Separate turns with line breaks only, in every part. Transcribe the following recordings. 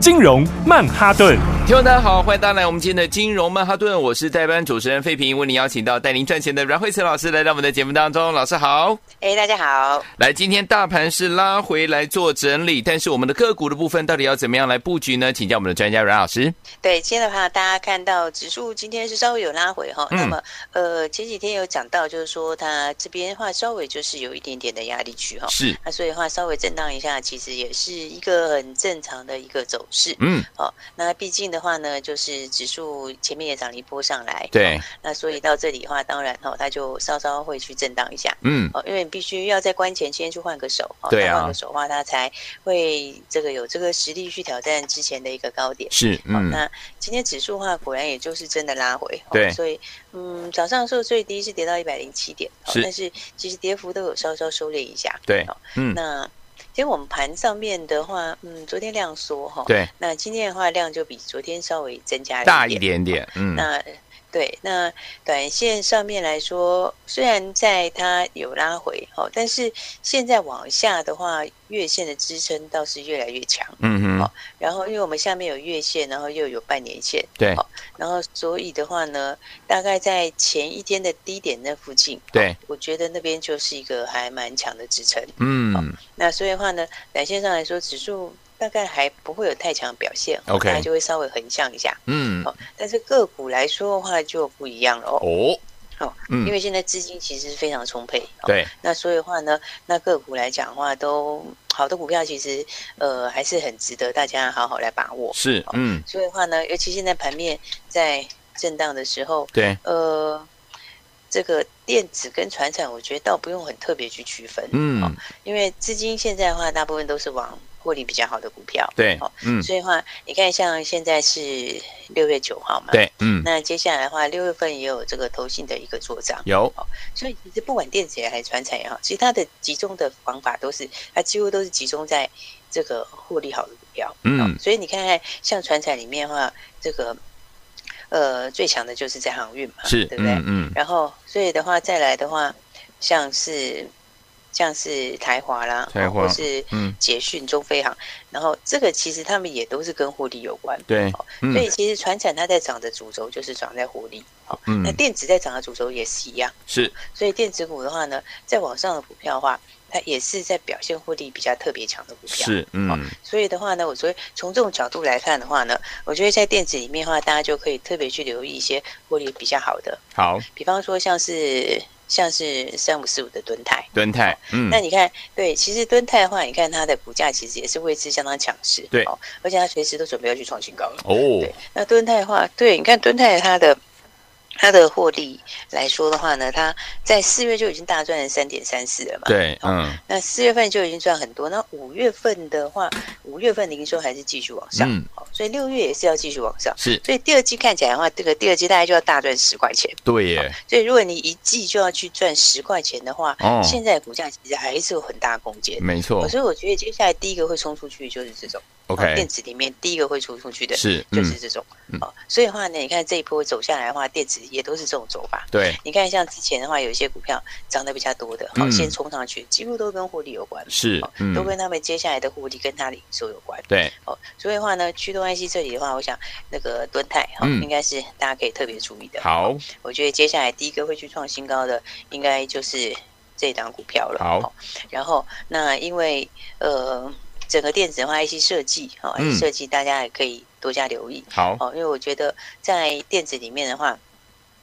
金融曼哈顿。
听众大家好，欢迎大家来我们今天的金融曼哈顿，我是代班主持人费平，为您邀请到带您赚钱的阮慧慈老师来到我们的节目当中，老师好。
哎，大家好。
来，今天大盘是拉回来做整理，但是我们的个股的部分到底要怎么样来布局呢？请教我们的专家阮老师。
对，今天的话，大家看到指数今天是稍微有拉回哈、
嗯
那么呃前几天有讲到，就是说它这边的话稍微就是有一点点的压力区哈、
是，
那所以的话稍微震荡一下，其实也是一个很正常的一个走势。
嗯，
哦，那毕竟的话呢，就是指数前面也涨了一波上来，
对，
那所以到这里的话，当然哦，它就稍稍会去震荡一下。
嗯，
哦，因为你必须要在关前先去换个手，哦，
对啊
那换个手的话，它才会这个有这个实力去挑战之前的一个高点。
是，
好，
嗯，
那今天指数的话，果然也就是真的拉回，哦
对
所以嗯，早上的时候最低是跌到一百零七点，哦
是
但是其实跌幅都有稍稍收敛一下，
对
好，
嗯，
那其实我们盘上面的话，嗯，昨天量缩哈，，
对，
那今天的话量就比昨天稍微增加了
大一
点。
点点，嗯，
那对，那短线上面来说，虽然在它有拉回哦，但是现在往下的话，月线的支撑倒是越来越强。
嗯哼，
然后，因为我们下面有月线，然后又有半年线，
对
好然后所以的话呢，大概在前一天的低点那附近，
对
哦，我觉得那边就是一个还蛮强的支撑。
嗯，
那所以的话呢，短线上来说，指数大概还不会有太强表现哦
OK
大概就会稍微横向一下。
嗯，
哦，但是个股来说的话就不一样了哦，
哦，
哦，因
嗯，
为现在资金其实非常充沛。哦、
对，
那所以的话呢，那个股来讲的话都，好的股票其实呃还是很值得大家好好来把握。
是，嗯，
所以的话呢，尤其现在盘面在震荡的时候，
对，
呃，这个电子跟船产，我觉得倒不用很特别去区分，
嗯，
因为资金现在的话，大部分都是往获利比较好的股票。
对，嗯，
所以的话，你看像现在是六月九号嘛，。
对，嗯，
那接下来的话，六月份也有这个投信的一个做账，
有，
所以其实不管电子也还是船产也好，其实它的集中的方法都是，它几乎都是集中在这个获利好的股票。哦
嗯，
所以你看看，像船产里面的话，这个呃最强的就是在航运嘛，
是，
呃对不对？
嗯嗯，
然后所以的话再来的话，像是像是台华啦，
台华
或是
嗯
捷讯、中飞航，然后这个其实他们也都是跟获利有关。
对，嗯
哦所以其实船产它在涨的主轴就是涨在获利，好、那
嗯，
电子在涨的主轴也是一样，
是，
所以电子股的话呢，在往上的股票的话，它也是在表现获利比较特别强的股票。
是，嗯，
所以的话呢，我觉得从这种角度来看的话呢，我觉得在电子里面的话，大家就可以特别去留意一些获利比较好的，
好，
比方说像是像是三五四五的敦泰。
敦泰，嗯
那，你看，对，其实敦泰的话，你看它的股价其实也是位置相当强势，
对
哦，而且它随时都准备要去创新高了。
哦，
对，那敦泰的话，对，你看敦泰它的它的获利来说的话呢，它在四月就已经大赚了三点三四了嘛，
对，嗯
那四月份就已经赚很多，那五月份的话，五月份的营收还是继续往上，
嗯
好所以六月也是要继续往上。
是
所以第二季看起来的话，这个第二季大概就要大赚十块钱。
对耶，
所以如果你一季就要去赚十块钱的话，
哦
现在股价其实还是有很大空间。
没错
哦所以我觉得接下来第一个会冲出去就是这种哦
，OK，
电子里面第一个会冲出去的，
是，
就
嗯
是，这种。哦，所以的话呢，你看这一波走下来的话，电子也都是这种走法。
对，
你看，像之前的话，有一些股票涨得比较多的，好、
嗯
先冲上去，几乎都跟获利有关，
是
哦，
嗯
都，跟他们接下来的获利跟它的营收有关。
对，
哦，所以的话呢，驱动 IC 这里的话，我想那个敦泰哈、哦
嗯
应该是大家可以特别注意的。
好，
我觉得接下来第一个会去创新高的，应该就是这档股票了。
好
哦然后那因为呃，整个电子的话，IC 设计哈、哦、
嗯
，IC 设计大家也可以多加留意。
好，
哦，因为我觉得在电子里面的话，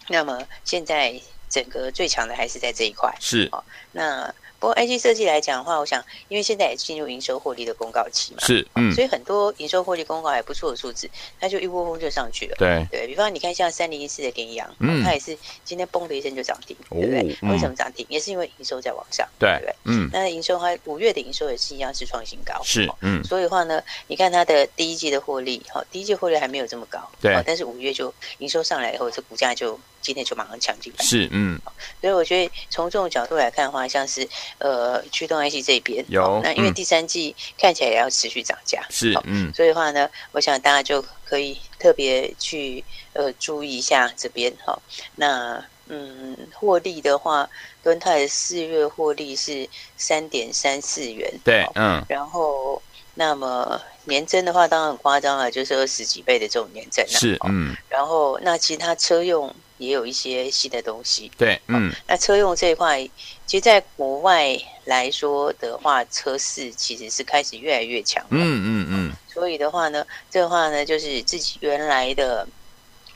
那么现在整个最强的还是在这一块。
是，
那不过 IC 设计来讲的话，我想因为现在也进入营收获利的公告期嘛，
是，嗯，
所以很多营收获利公告还不错的数字，它就一窝蜂就上去了。
对，
对比方，你看像三零一四的联阳，
嗯
它也是今天嘣的一声就涨停，
哦
对不对？
嗯
为什么涨停？也是因为营收在往上，对不
对
对？，
嗯，
那营收它五月的营收也是一样是创新高，
是
哦，
嗯，
所以的话呢，你看它的第一季的获利，哈、第一季获利还没有这么高，
对
哦但是五月就营收上来以后，这股价就今天就马上抢进来，
是，嗯，
所以我觉得从这种角度来看的话，像是呃驱动 IC 这边
有
哦那因为
嗯
第三季看起来也要持续涨价，
是
好，
嗯，
所以的话呢，我想大家就可以特别去呃注意一下这边哈、那嗯，获利的话，敦泰四月获利是三点三四元，
对
好，
嗯，
然后那么年增的话，当然很夸张了，就是二十几倍的这种年增、啊。
是，
哦
嗯，
然后那其他车用也有一些新的东西。
对，嗯，
那车用这一块，其实在国外来说的话，车市其实是开始越来越强。
嗯，嗯，嗯，
所以的话呢，这个话呢，就是自己原来的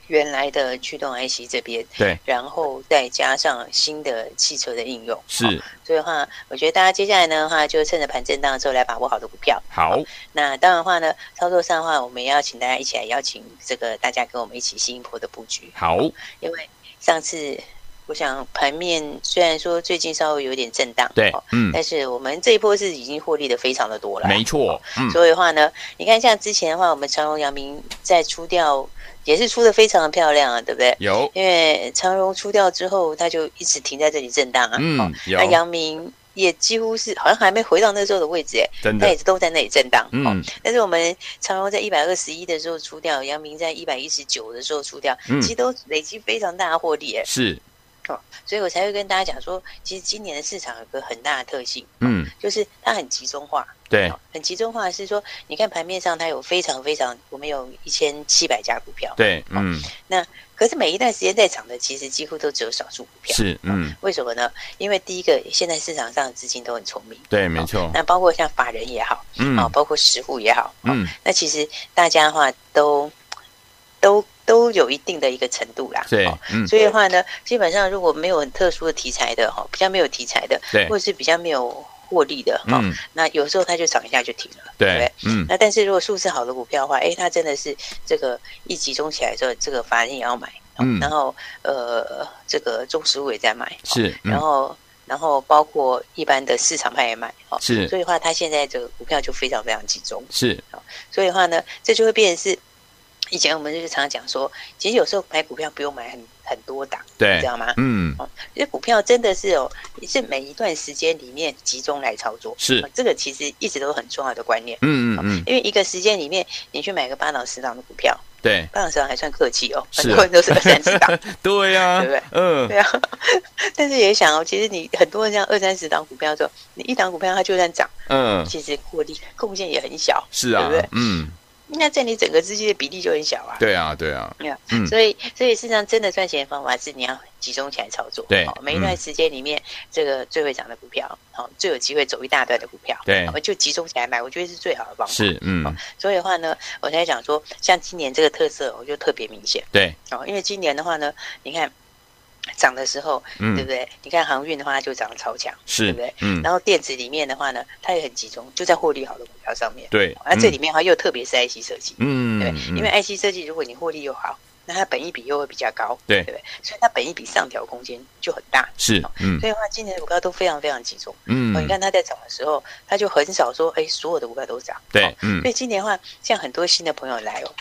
原来的驱动 IC 这边，
对，
然后再加上新的汽车的应用，
是，
所以的话，我觉得大家接下来呢的话，就趁着盘震荡的时候来把握好的股票。
好，
那当然的话呢，操作上的话，我们也要请大家一起来邀请这个大家跟我们一起新一波的布局，
好，
因为上次我想盘面虽然说最近稍微有点震荡，
对
哦，
嗯，
但是我们这一波是已经获利的非常的多了，
没错，嗯，
所以的话呢，你看像之前的话，我们长荣、阳明在出掉也是出的非常的漂亮啊，对不对？
有，
因为长荣出掉之后，它就一直停在这里震荡啊。
嗯
哦，
有
那，阳明也几乎是好像还没回到那时候的位置，哎，
真
它
的
也，是都在那里震荡。哦
嗯，
但是我们长荣在一百二十一的时候出掉，阳明在一百一十九的时候出掉，
嗯
其实都累积非常大的获利，哎，
是，
所以我才会跟大家讲说，其实今年的市场有个很大的特性，
嗯，
就是它很集中化。
对，
很集中化的是说，你看盘面上它有非常非常，我们有一千七百家股票，
对，嗯，
可是每一段时间在涨的，其实几乎都只有少数股票。
是，嗯，
为什么呢？因为第一个，现在市场上的资金都很聪明，
对，没错，
那包括像法人也好，
嗯
啊、，包括实户也好，啊、
嗯，
那其实大家的话都都都有一定的一个程度啦。
对
哦，
嗯，
所以的话呢，基本上如果没有很特殊的题材的哈、哦，比较没有题材的，
对
或，者是比较没有获利的哈、哦
嗯，
那有时候它就涨一下就停了，对不对
对？，嗯，
那但是如果数字好的股票的话，诶，它真的是这个一集中起来之后，这个法人也要买，哦
嗯
然后呃，这个中实物也在买，哦，
是，
然
嗯，
后然后包括一般的市场派也买，哦，
是
所以的话，它现在这个股票就非常非常集中，
是，
所以的话呢，这就会变成是。以前我们就是常常讲说，其实有时候买股票不用买很很多档，你
对
知，道吗？
嗯，
因为股票真的是哦，是每一段时间里面集中来操作，
是
哦这个其实一直都很重要的观念。
嗯嗯嗯，
因为一个时间里面，你去买个八档十档的股票，
对，
八档十档还算客气哦，
是啊
很多人都是二三十档，
对呀，嗯，
对啊。 但是也想哦，其实你很多人像二三十档股票的时候，你一档股票它就算涨，
嗯，
其实获利贡献也很小，
是啊，嗯，
那在你整个资金的比例就很小啊。
对啊，对啊，
对啊
嗯，
所以，所以事实上，真的赚钱的方法是你要集中起来操作。
对
哦每一段时间里面，这个最会涨的股票，好，最有机会走一大段的股票，
对
我就集中起来买，我觉得是最好的方法。
是，嗯，
所以的话呢，我才讲说，像今年这个特色，我就特别明显
对，
哦，因为今年的话呢，你看涨的时候，对
嗯
不，对？你看航运的话，它就涨得超强，
是，嗯，
然后电子里面的话呢，它也很集中，就在获利好的股票上面。
对，
那、这里，面的话又特别是 IC 设计，
嗯，
对不对，因为 IC 设计如果你获利又好，那它本益比又会比较高，
对
对不对？所以它本益比上调空间就很大。
是，嗯
所以的话，今年的股票都非常非常集中。
嗯
哦，，你看它在涨的时候，它就很少说，哎，所有的股票都涨。哦
对，嗯
所，以今年的话，像很多新的朋友来哦，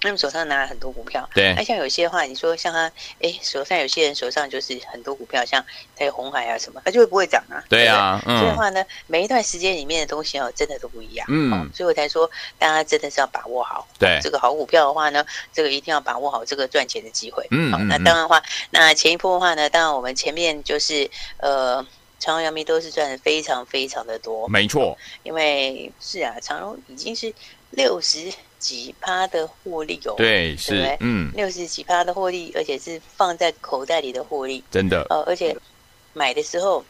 他们手上拿了很多股票。
对
那、，像有些的话，你说像他，哎，手上有些人手上就是很多股票，像还有红海啊什么，他就会不会涨啊？
对
呀、
啊，
所以的
嗯，
话呢，每一段时间里面的东西哦，真的都不一样。哦
嗯，
所以我才说，大家真的是要把握好
对，
这个好股票的话呢，这个一定要把握好这个赚钱的机会。
嗯
好
嗯
那
嗯
当然的话，那前一波的话呢，当然我们前面就是呃，长荣、阳明都是赚的非常非常的多。
没错，
因为是啊，长荣已经是六十几趴的获利哦，，
对，是，嗯，
六十几趴的获利，而且是放在口袋里的获利，
真的，
呃，而且买的时候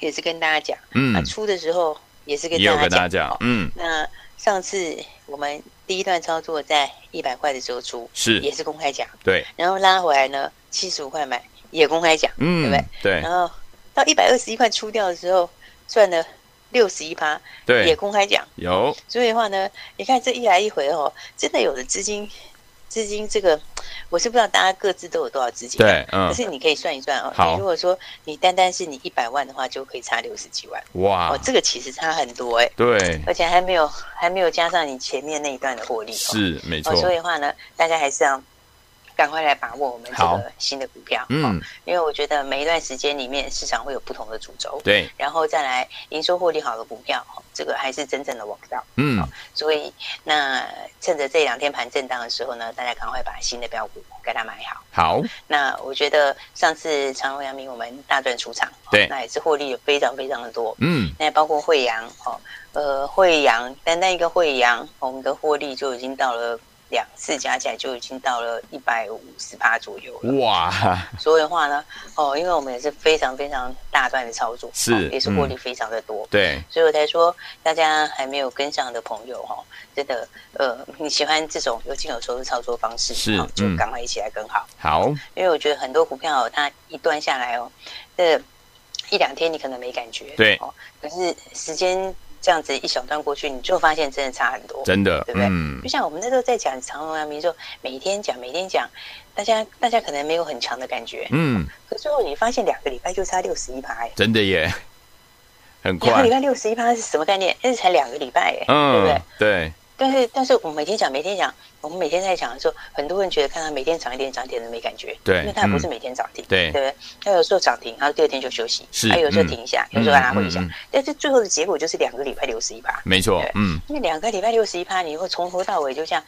也是跟大家讲，
嗯
啊，，出的时候也是跟
也有
大
跟大
家
家
讲
讲，
哦。
嗯，
那上次我们第一段操作在一百块的时候出，也
是，
是公开讲，
对，
然后拉回来呢，七十五块买也公开讲，
嗯，对，
然后到一百二十一块出掉的时候，赚了六十一趴，也
对，
公开讲。
有，
所以的话呢，你看这一来一回哦，真的有的资金，资金这个我是不知道大家各自都有多少资金，，
对，
可
嗯，
是你可以算一算哦。
好
你如果说你单单是你一百万的话，就可以差六十几万
哇
哦，，这个其实差很多哎，
对，
而且还没有还没有加上你前面那一段的获利哦。
是没错
哦，，所以的话呢，大家还是要赶快来把握我们这
好
个新的股票，
嗯，
因为我觉得每一段时间里面市场会有不同的主轴，
对，
然后再来营收获利好的股票，哦这个还是真正的王道。
嗯，
所以那趁着这两天盘震荡的时候呢，大家赶快把新的标股给它买好。
好，
那我觉得上次长荣、阳明我们大赚出场，哦
对
那也是获利有非常非常的多。
嗯，
那包括惠阳哦，呃，惠阳单单一个惠阳，我们的获利就已经到了两次加起来就已经到了一百五十八左右了。
哇，
所以的话呢，哦，因为我们也是非常非常大段的操作，
是
哦
嗯
也是获利非常的多。
对，
所以我才说，大家还没有跟上的朋友哦，真的，呃，你喜欢这种有进有出的操作方式，
是
哦就
嗯
赶快一起来跟好。
好，
因为我觉得很多股票哦它一段下来哦，这一两天你可能没感觉，
对
哦，可是时间这样子一小段过去，你就发现真的差很多。
真的，
对不对
嗯
就，像我们那时候在讲长隆、阳啊明的时候，每天讲，每天讲，大家大家可能没有很强的感觉，
嗯，
可是最后你发现两个礼拜就差六十一趴，哎，
真的耶，很
两个
快
礼，拜六十一趴是什么概念？那才两个礼拜，哎、对不
嗯
对？，
对，
但是但是我们每天讲，每天讲，我们每天在讲的时候，很多人觉得看他每天涨一点，涨一点都没感觉，
对嗯
因为他不是每天涨停，
对
对不对？他有时候涨停，然后第二天就休息，
是
他有时候
嗯
停一下，
嗯
有时候拉回一下，
嗯嗯
但是最后的结果就是两个礼拜六十一趴，
没错，嗯，
因为两个礼拜六十一趴，你会从头到尾就像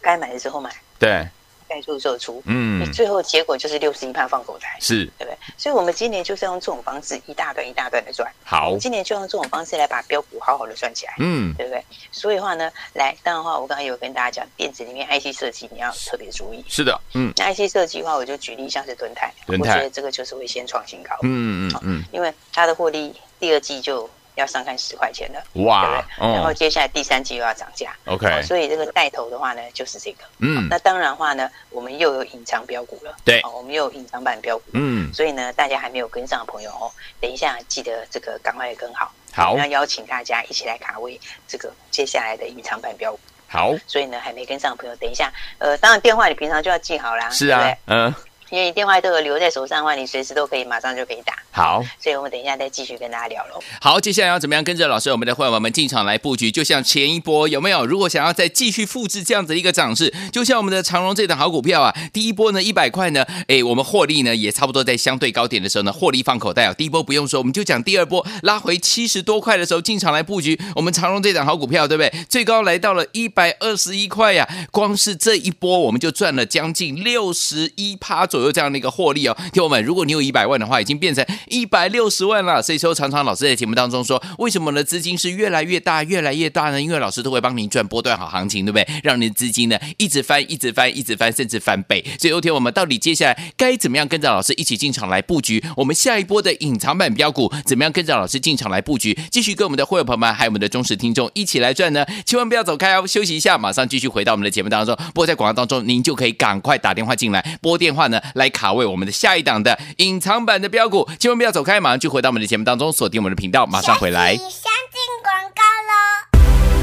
该买的时候买，
对，
该出的时候出，
嗯
你，最后结果就是六十一趴放口袋，
是
对不对？所以我们今年就是要用这种方式一大段一大段的赚，
好
我们，今年就用这种方式来把标股好好的赚起来。
嗯，
对不对？所以的话呢，来，当然的话，我刚才有跟大家讲，电子里面 IC 设计你要特别注意。
是的，嗯，
那 IC 设计的话，我就举例像是敦泰，
敦
我
泰
觉得这个就是会先创新高，
嗯嗯嗯
因为它的获利第二季就要上看十块钱了，
嗯，
对不
哇
对，？然后
哦
接下来第三季又要涨价。
，OK，
哦所以这个带头的话呢，就是这个。
嗯
那当然的话呢，我们又有隐藏标股了，
对
哦我们又有隐藏版标股，
嗯，
所以呢，大家还没有跟上的朋友哦，等一下记得这个赶快来跟好。
好
我们要邀请大家一起来卡位这个接下来的隐藏版标股。
好，
所以呢，还没跟上的朋友，等一下，呃，当然电话你平常就要记好啦，
是
对
啊
不，
嗯，
对因为你电话都有留在手上的话，你随时都可以马上就可以打。
好。
所以我们等一下再继续跟大家聊喽。
好，接下来要怎么样跟着老师我们的会员们进场来布局？就像前一波有没有？如果想要再继续复制这样子的一个涨势，就像我们的长荣这档好股票啊，第一波呢一百块呢，哎，我们获利呢也差不多在相对高点的时候呢，获利放口袋哦。第一波不用说，我们就讲第二波拉回七十多块的时候进场来布局，我们长荣这档好股票对不对？最高来到了一百二十一块呀、光是这一波我们就赚了将近六十一趴左右这样的一个获利哦。听我们，如果你有一百万的话，已经变成一百六十万了。所以说，常常老师在节目当中说，为什么呢？资金是越来越大，越来越大呢？因为老师都会帮您赚波段好行情，对不对？让你的资金呢一直翻，一直翻，一直翻，甚至翻倍。所以，有天我们到底接下来该怎么样跟着老师一起进场来布局？我们下一波的隐藏版标股怎么样跟着老师进场来布局？继续跟我们的会员朋友们还有我们的忠实听众一起来赚呢？千万不要走开哦，休息一下，马上继续回到我们的节目当中。不过在广告当中，您就可以赶快打电话进来，拨电话呢来卡位我们的下一档的隐藏版的标股，千万不要走开，马上就回到我们的节目当中，锁定我们的频道，马上回来。
相进广告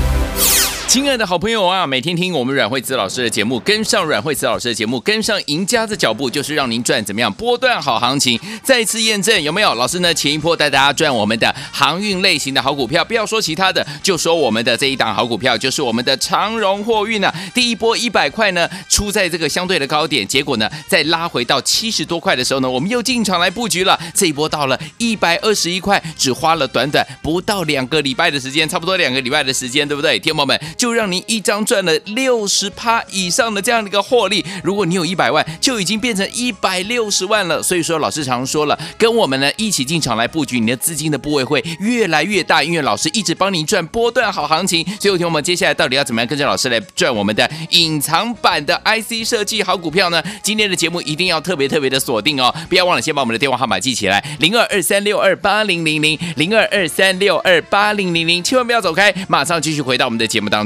喽。
亲爱的好朋友啊，每天听我们阮慧慈老师的节目，跟上阮慧慈老师的节目，跟上赢家的脚步，就是让您赚怎么样波段好行情。再次验证有没有老师呢？前一波带大家赚我们的航运类型的好股票，不要说其他的，就说我们的这一档好股票，就是我们的长荣货运呢、第一波一百块呢出在这个相对的高点，结果呢再拉回到七十多块的时候呢，我们又进场来布局了。这一波到了一百二十一块，只花了短短不到两个礼拜的时间，差不多两个礼拜的时间，对不对？天宝们就让您一张赚了六十趴以上的这样的一个获利。如果你有一百万，就已经变成一百六十万了。所以说，老师常说了，跟我们呢一起进场来布局，你的资金的部位会越来越大，因为老师一直帮您赚波段好行情。所以，有天我们接下来到底要怎么样跟着老师来赚我们的隐藏版的 IC 设计好股票呢？今天的节目一定要特别特别的锁定哦，不要忘了先把我们的电话号码记起来，零二二三六二八零零零，零二二三六二八零零零，千万不要走开，马上继续回到我们的节目当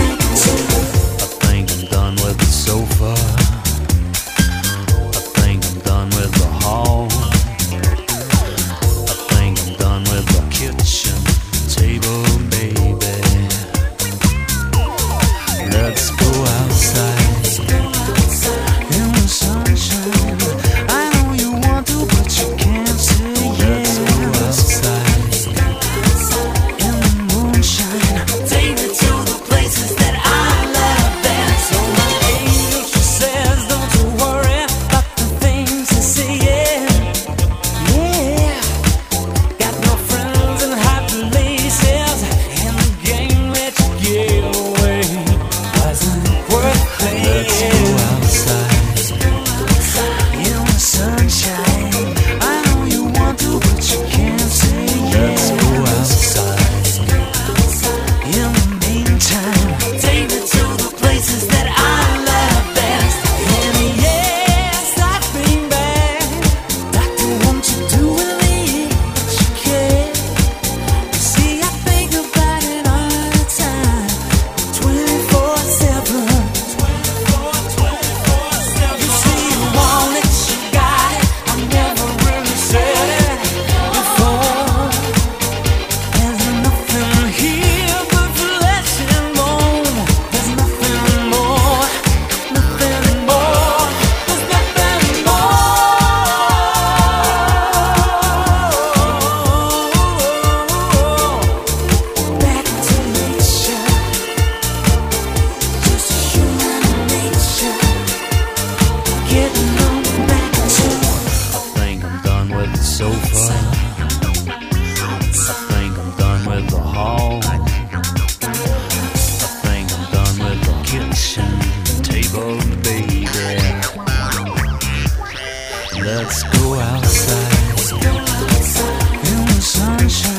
I think I'm done with the sofa. I think I'm done with the hall. I think I'm done with the kitchen table, baby. Let's go outside in the sunshine. I know you want to, but you can't say yes. Let's go outside in the moonshine. Take me to the places that I love best. So my angel she says, don't you worry about the things you see. Yeah, got no friends in high places, and the game that you gave away wasn't worth playing. Let's go outside in the sunshine. I know you want to, but you can't say yes. Let's go outside. In the meantime, take me to the places that I love best. And yes, I've been back. Doctor, won't you do with me what you can? You see, I think about it all the time, 24/7. You see, you want it, you got it. I never really said it before. There's nothing here but flesh and bone. There's nothing more, nothing more, there's nothing more. Back to nature, just human nature. Getting on back to. I think I'm done with the sofa. I think I'm done with the hall. I think I'm done with the kitchen table, baby. Let's go outside in the sunshine.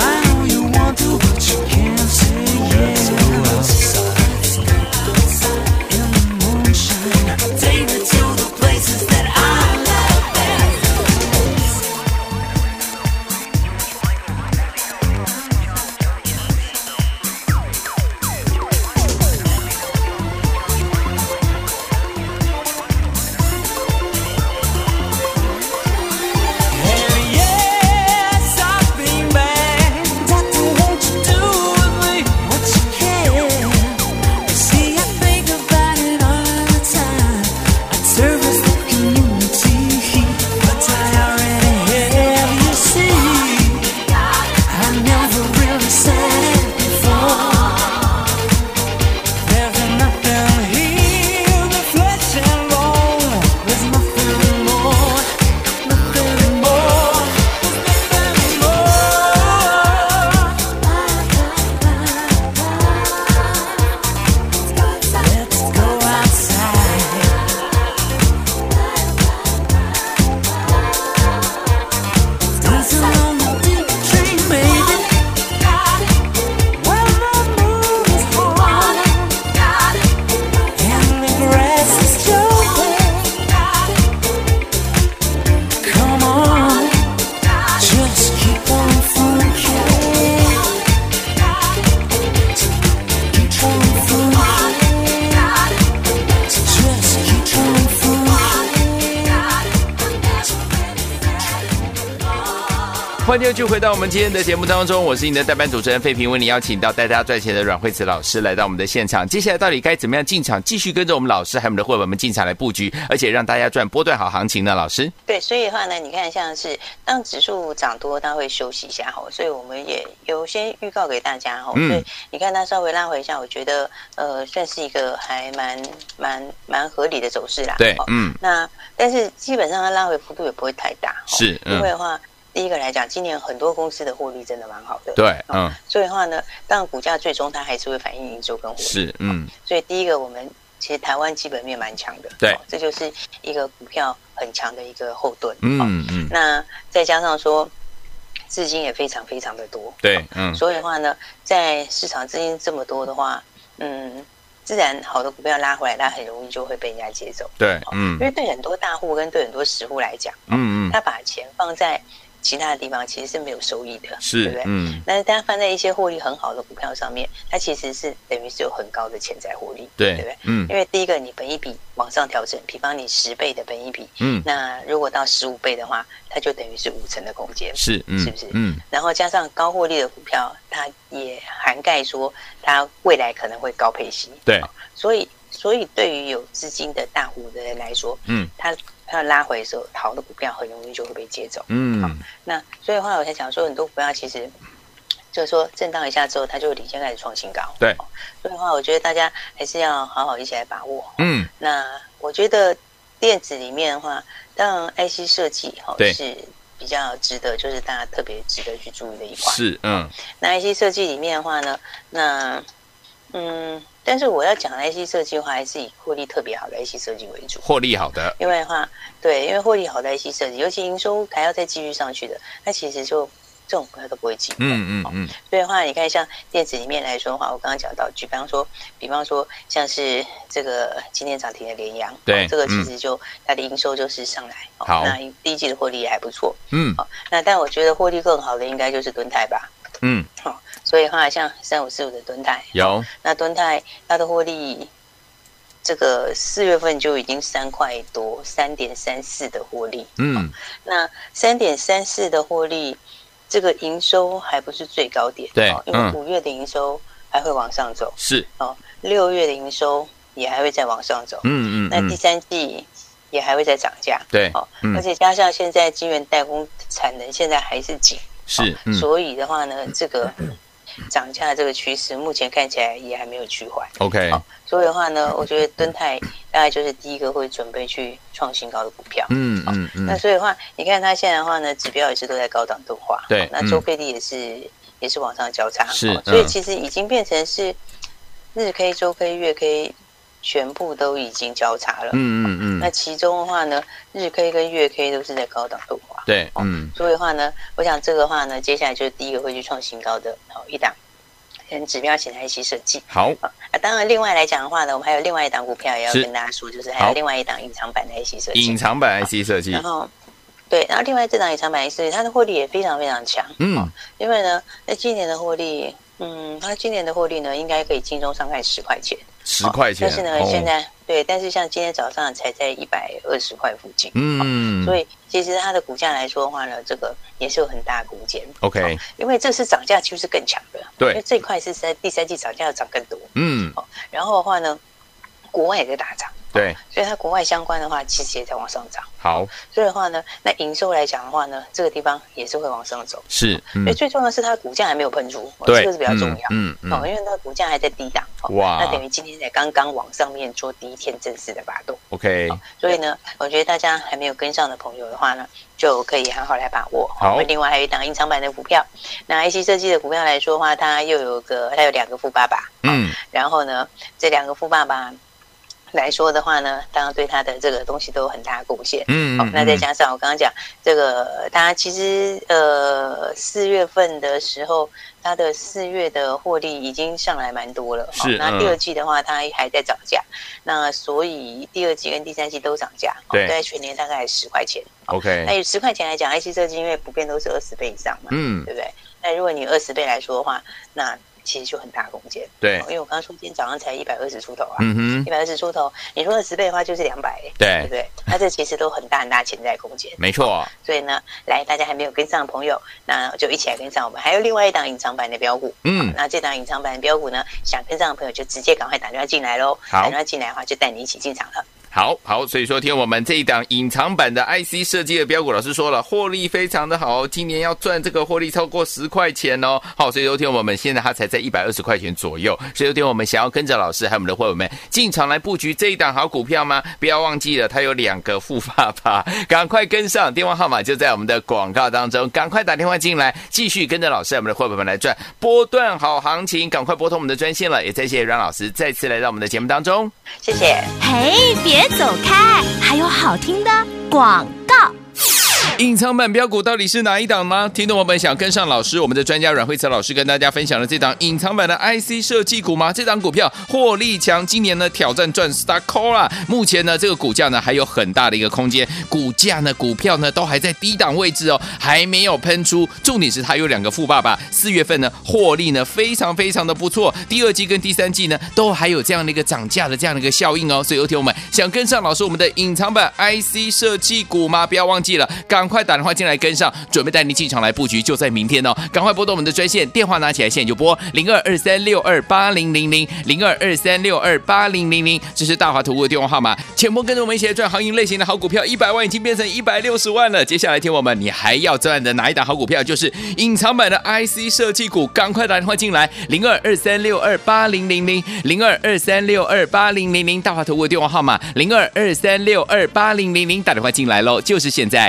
I know you want to, but you can't say yes. Let's go outside in the moonshine. Take me to the places that I love best. Let's
欢迎继续回到我们今天的节目当中，我是你的代班主持人费平，为你邀请到带大家赚钱的阮慧慈老师来到我们的现场。接下来到底该怎么样进场，继续跟着我们老师还有我们的会员们进场来布局，而且让大家赚波段好行情呢？老师，
对，所以的话呢，你看像是当指数涨多，它会休息一下吼，所以我们也有些预告给大家吼，
嗯
所以你看它稍微拉回一下，我觉得呃算是一个还蛮蛮蛮合理的走势啦。
对
吼，
嗯，
那但是基本上它拉回幅度也不会太大，吼
是嗯
因为的话，第一个来讲，今年很多公司的获利真的蛮好的，
对，嗯，
所以的话呢，当然股价最终它还是会反映营收跟获利，
是，嗯，
所以第一个我们其实台湾基本面蛮强的，
对
哦这就是一个股票很强的一个后盾，哦
嗯嗯，
那再加上说，资金也非常非常的多，
对，嗯，
所以的话呢，在市场资金这么多的话，嗯，自然好的股票拉回来，它很容易就会被人家接走，
对，嗯
因为对很多大户跟对很多实户来讲，
嗯嗯，
他把钱放在其他的地方其实是没有收益的，对不
是
对，？
嗯，
但是大家放在一些获利很好的股票上面，它其实是等于是有很高的潜在获利，对不
对
对，？
嗯
因为第一个，你本一比往上调整，比方你十倍的本一比，
嗯，
那如果到十五倍的话，它就等于是五成的空间。
是，嗯，
是不是
嗯，
然后加上高获利的股票，它也涵盖说它未来可能会高配息，哦
对，
所以所以对于有资金的大户的人来说，
嗯
它它拉回的时候，好的股票很容易就会被接走。
嗯，
那所以的话，我才想说，很多股票其实就是说震荡一下之后，它就领先开始创新高。
对
哦，所以的话，我觉得大家还是要好好一起来把握。
嗯，
那我觉得电子里面的话，当然 IC 设计哈、
对
是比较值得，就是大家特别值得去注意的一块。
是，嗯，
那 IC 设计里面的话呢，那嗯，但是我要讲的 IC 设计的话，还是以获利特别好的 IC 设计为主。
获利好的，
因为的话，对，因为获利好的 IC 设计，尤其营收还要再继续上去的，那其实就这种股票都不会进。
嗯嗯嗯，
所以的话，你看像电子里面来说的话，我刚刚讲到，举比方说，比方说像是这个今天涨停的联阳，
对嗯
哦这个其实就、它的营收就是上来，哦
好
那第一季的获利也还不错，哦
嗯
那但我觉得获利更好的应该就是敦泰吧。哦
嗯，
所以的话，像三五四五的敦泰，
有，
那敦泰它的获利，这个四月份就已经三块多，三点三四的获利，
嗯，
那三点三四的获利，这个营收还不是最高点，
对
哦因
嗯
为五月的营收还会往上走，
是，
哦，六月的营收也还会再往上走，
嗯嗯
那第
嗯，
三季也还会再涨价，
对
哦，
嗯
而且加上现在晶圆代工产能现在还是紧，
是，嗯
所以的话呢，这个涨价这个趋势目前看起来也还没有趋缓。
，OK，
所以的话呢，我觉得敦泰大概就是第一个会准备去创新高的股票。
嗯嗯
那
嗯，
所以的话，你看它现在的话呢，指标也是都在高档钝化，
对
哦那
嗯
周 K D 也是、也是往上交叉，
是
哦所以
嗯
其实已经变成是日 K、周 K、月 K 全部都已经交叉了。
嗯嗯
那
嗯，
其中的话呢，日 K 跟月 K 都是在高档钝化，
对，嗯
所以的话呢，我想这个的话呢，接下来就是第一个会去创新高的哦一档，跟指标型的 IC 设计。
好，
啊，当然，另外来讲的话呢，我们还有另外一档股票也要
是
跟大家说，就是还
好
有另外一档隐藏版的 IC 设计
隐。藏版 IC 设计
然，后，对，然后另外这档隐藏版 IC 设计，它的获利也非常非常强，
嗯
因为呢，那今年的获利，嗯，它今年的获利呢，应该可以轻松上看十块钱，
十块钱，哦
但是呢，现在对，但是像今天早上才在一百二十块附近，
嗯，
所
以
以其实它的股价来说的话呢，这个也是有很大的空间。
OK，
因为这次涨价趋势更强的，
对
因为这一块是在第三季涨价要涨更多，
嗯，
然后的话呢，国外也在大涨，
对，
所以它国外相关的话其实也在往上涨，
好，
所以的话呢，那营收来讲的话呢，这个地方也是会往上走，
是，嗯
因为，最重要的是它的股价还没有喷出，哦
对，
这个是比较重要。
嗯嗯
哦，因为它的股价还在低档，哦
哇
那等于今天才刚刚往上面做第一天正式的发动，
，OK，
所以呢，我觉得大家还没有跟上的朋友的话呢，就可以好好来把握。
好
我们另外还有一档隐藏版的股票，那 IC 设计的股票来说的话，它又有个它有两个富爸爸，
嗯
然后呢，这两个富爸爸来说的话呢，当然对他的这个东西都有很大的贡献。
嗯，
哦，那再加上我刚刚讲这个，它其实呃四月份的时候，它的四月的获利已经上来蛮多了。哦
是
那
嗯
第二季的话，它还在涨价，那所以第二季跟第三季都涨价，哦
对
在全年大概十块钱。那
OK，
以十块钱来讲，IC 设计因为普遍都是二十倍以上嘛，
嗯
对不对？那如果你二十倍来说的话，那其实就很大空间。
对
哦因为我刚刚说今天早上才一百二十出头啊，
嗯哎
一
哼，
百二十出头，你说二十倍的话就是两百，对
对
不，对？那这其实都很大很大潜在空间。
没错，
所以呢，来大家还没有跟上的朋友，那就一起来跟上我们。还有另外一档隐藏版的标股，
嗯
那这档隐藏版的标股呢，想跟上的朋友就直接赶快打电话进来喽。
好
打电话进来的话，就带你一起进场了。
好好，所以说，听我们这一档隐藏版的 IC 设计的标股，老师说了，获利非常的好，今年要赚这个获利超过十块钱哦。好，所以说，听我们现在它才在一百二十块钱左右，所以说，听我们想要跟着老师还有我们的会员们进场来布局这一档好股票吗？不要忘记了，它有两个富爸爸， 赶快跟上，电话号码就在我们的广告当中，赶快打电话进来，继续跟着老师还有我们的会员们来赚波段好行情，赶快拨通我们的专线了。也再谢谢阮老师再次来到我们的节目当中。
谢谢。
嘿，别走开，还有好听的广告。
隐藏版标股到底是哪一档吗？听众朋友们想跟上老师，我们的专家阮慧慈老师跟大家分享了这档隐藏版的 IC 设计股吗？这档股票获利强，今年呢挑战赚 Star Core 啦。目前呢这个股价呢还有很大的一个空间，股价呢股票呢都还在低档位置哦，还没有喷出。重点是它有两个富爸爸，四月份呢获利呢非常非常的不错，第二季跟第三季呢都还有这样的一个涨价的这样的一个效应哦。所以有听我们想跟上老师我们的隐藏版 IC 设计股吗？不要忘记了，赶快打电话进来跟上，准备带您进场来布局，就在明天哦！赶快拨动我们的专线，电话拿起来现在就拨零二二三六二八零零零零二二三六二八零零零，这是大华投顾的电话号码。前波跟着我们一起来赚行情类型的好股票，一百万已经变成一百六十万了。接下来听我们，你还要赚的哪一档好股票？就是隐藏版的 IC 设计股，赶快打电话进来，零二二三六二八零零零零二二三六二八零零零，大华投顾的电话号码零二二三六二八零零零，打电话进来喽，就是现在。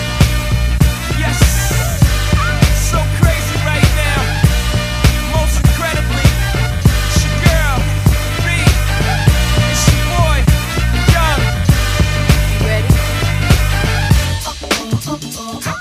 Yes, so crazy right now. Most incredibly, it's your girl, B. It's your boy, Young. You ready?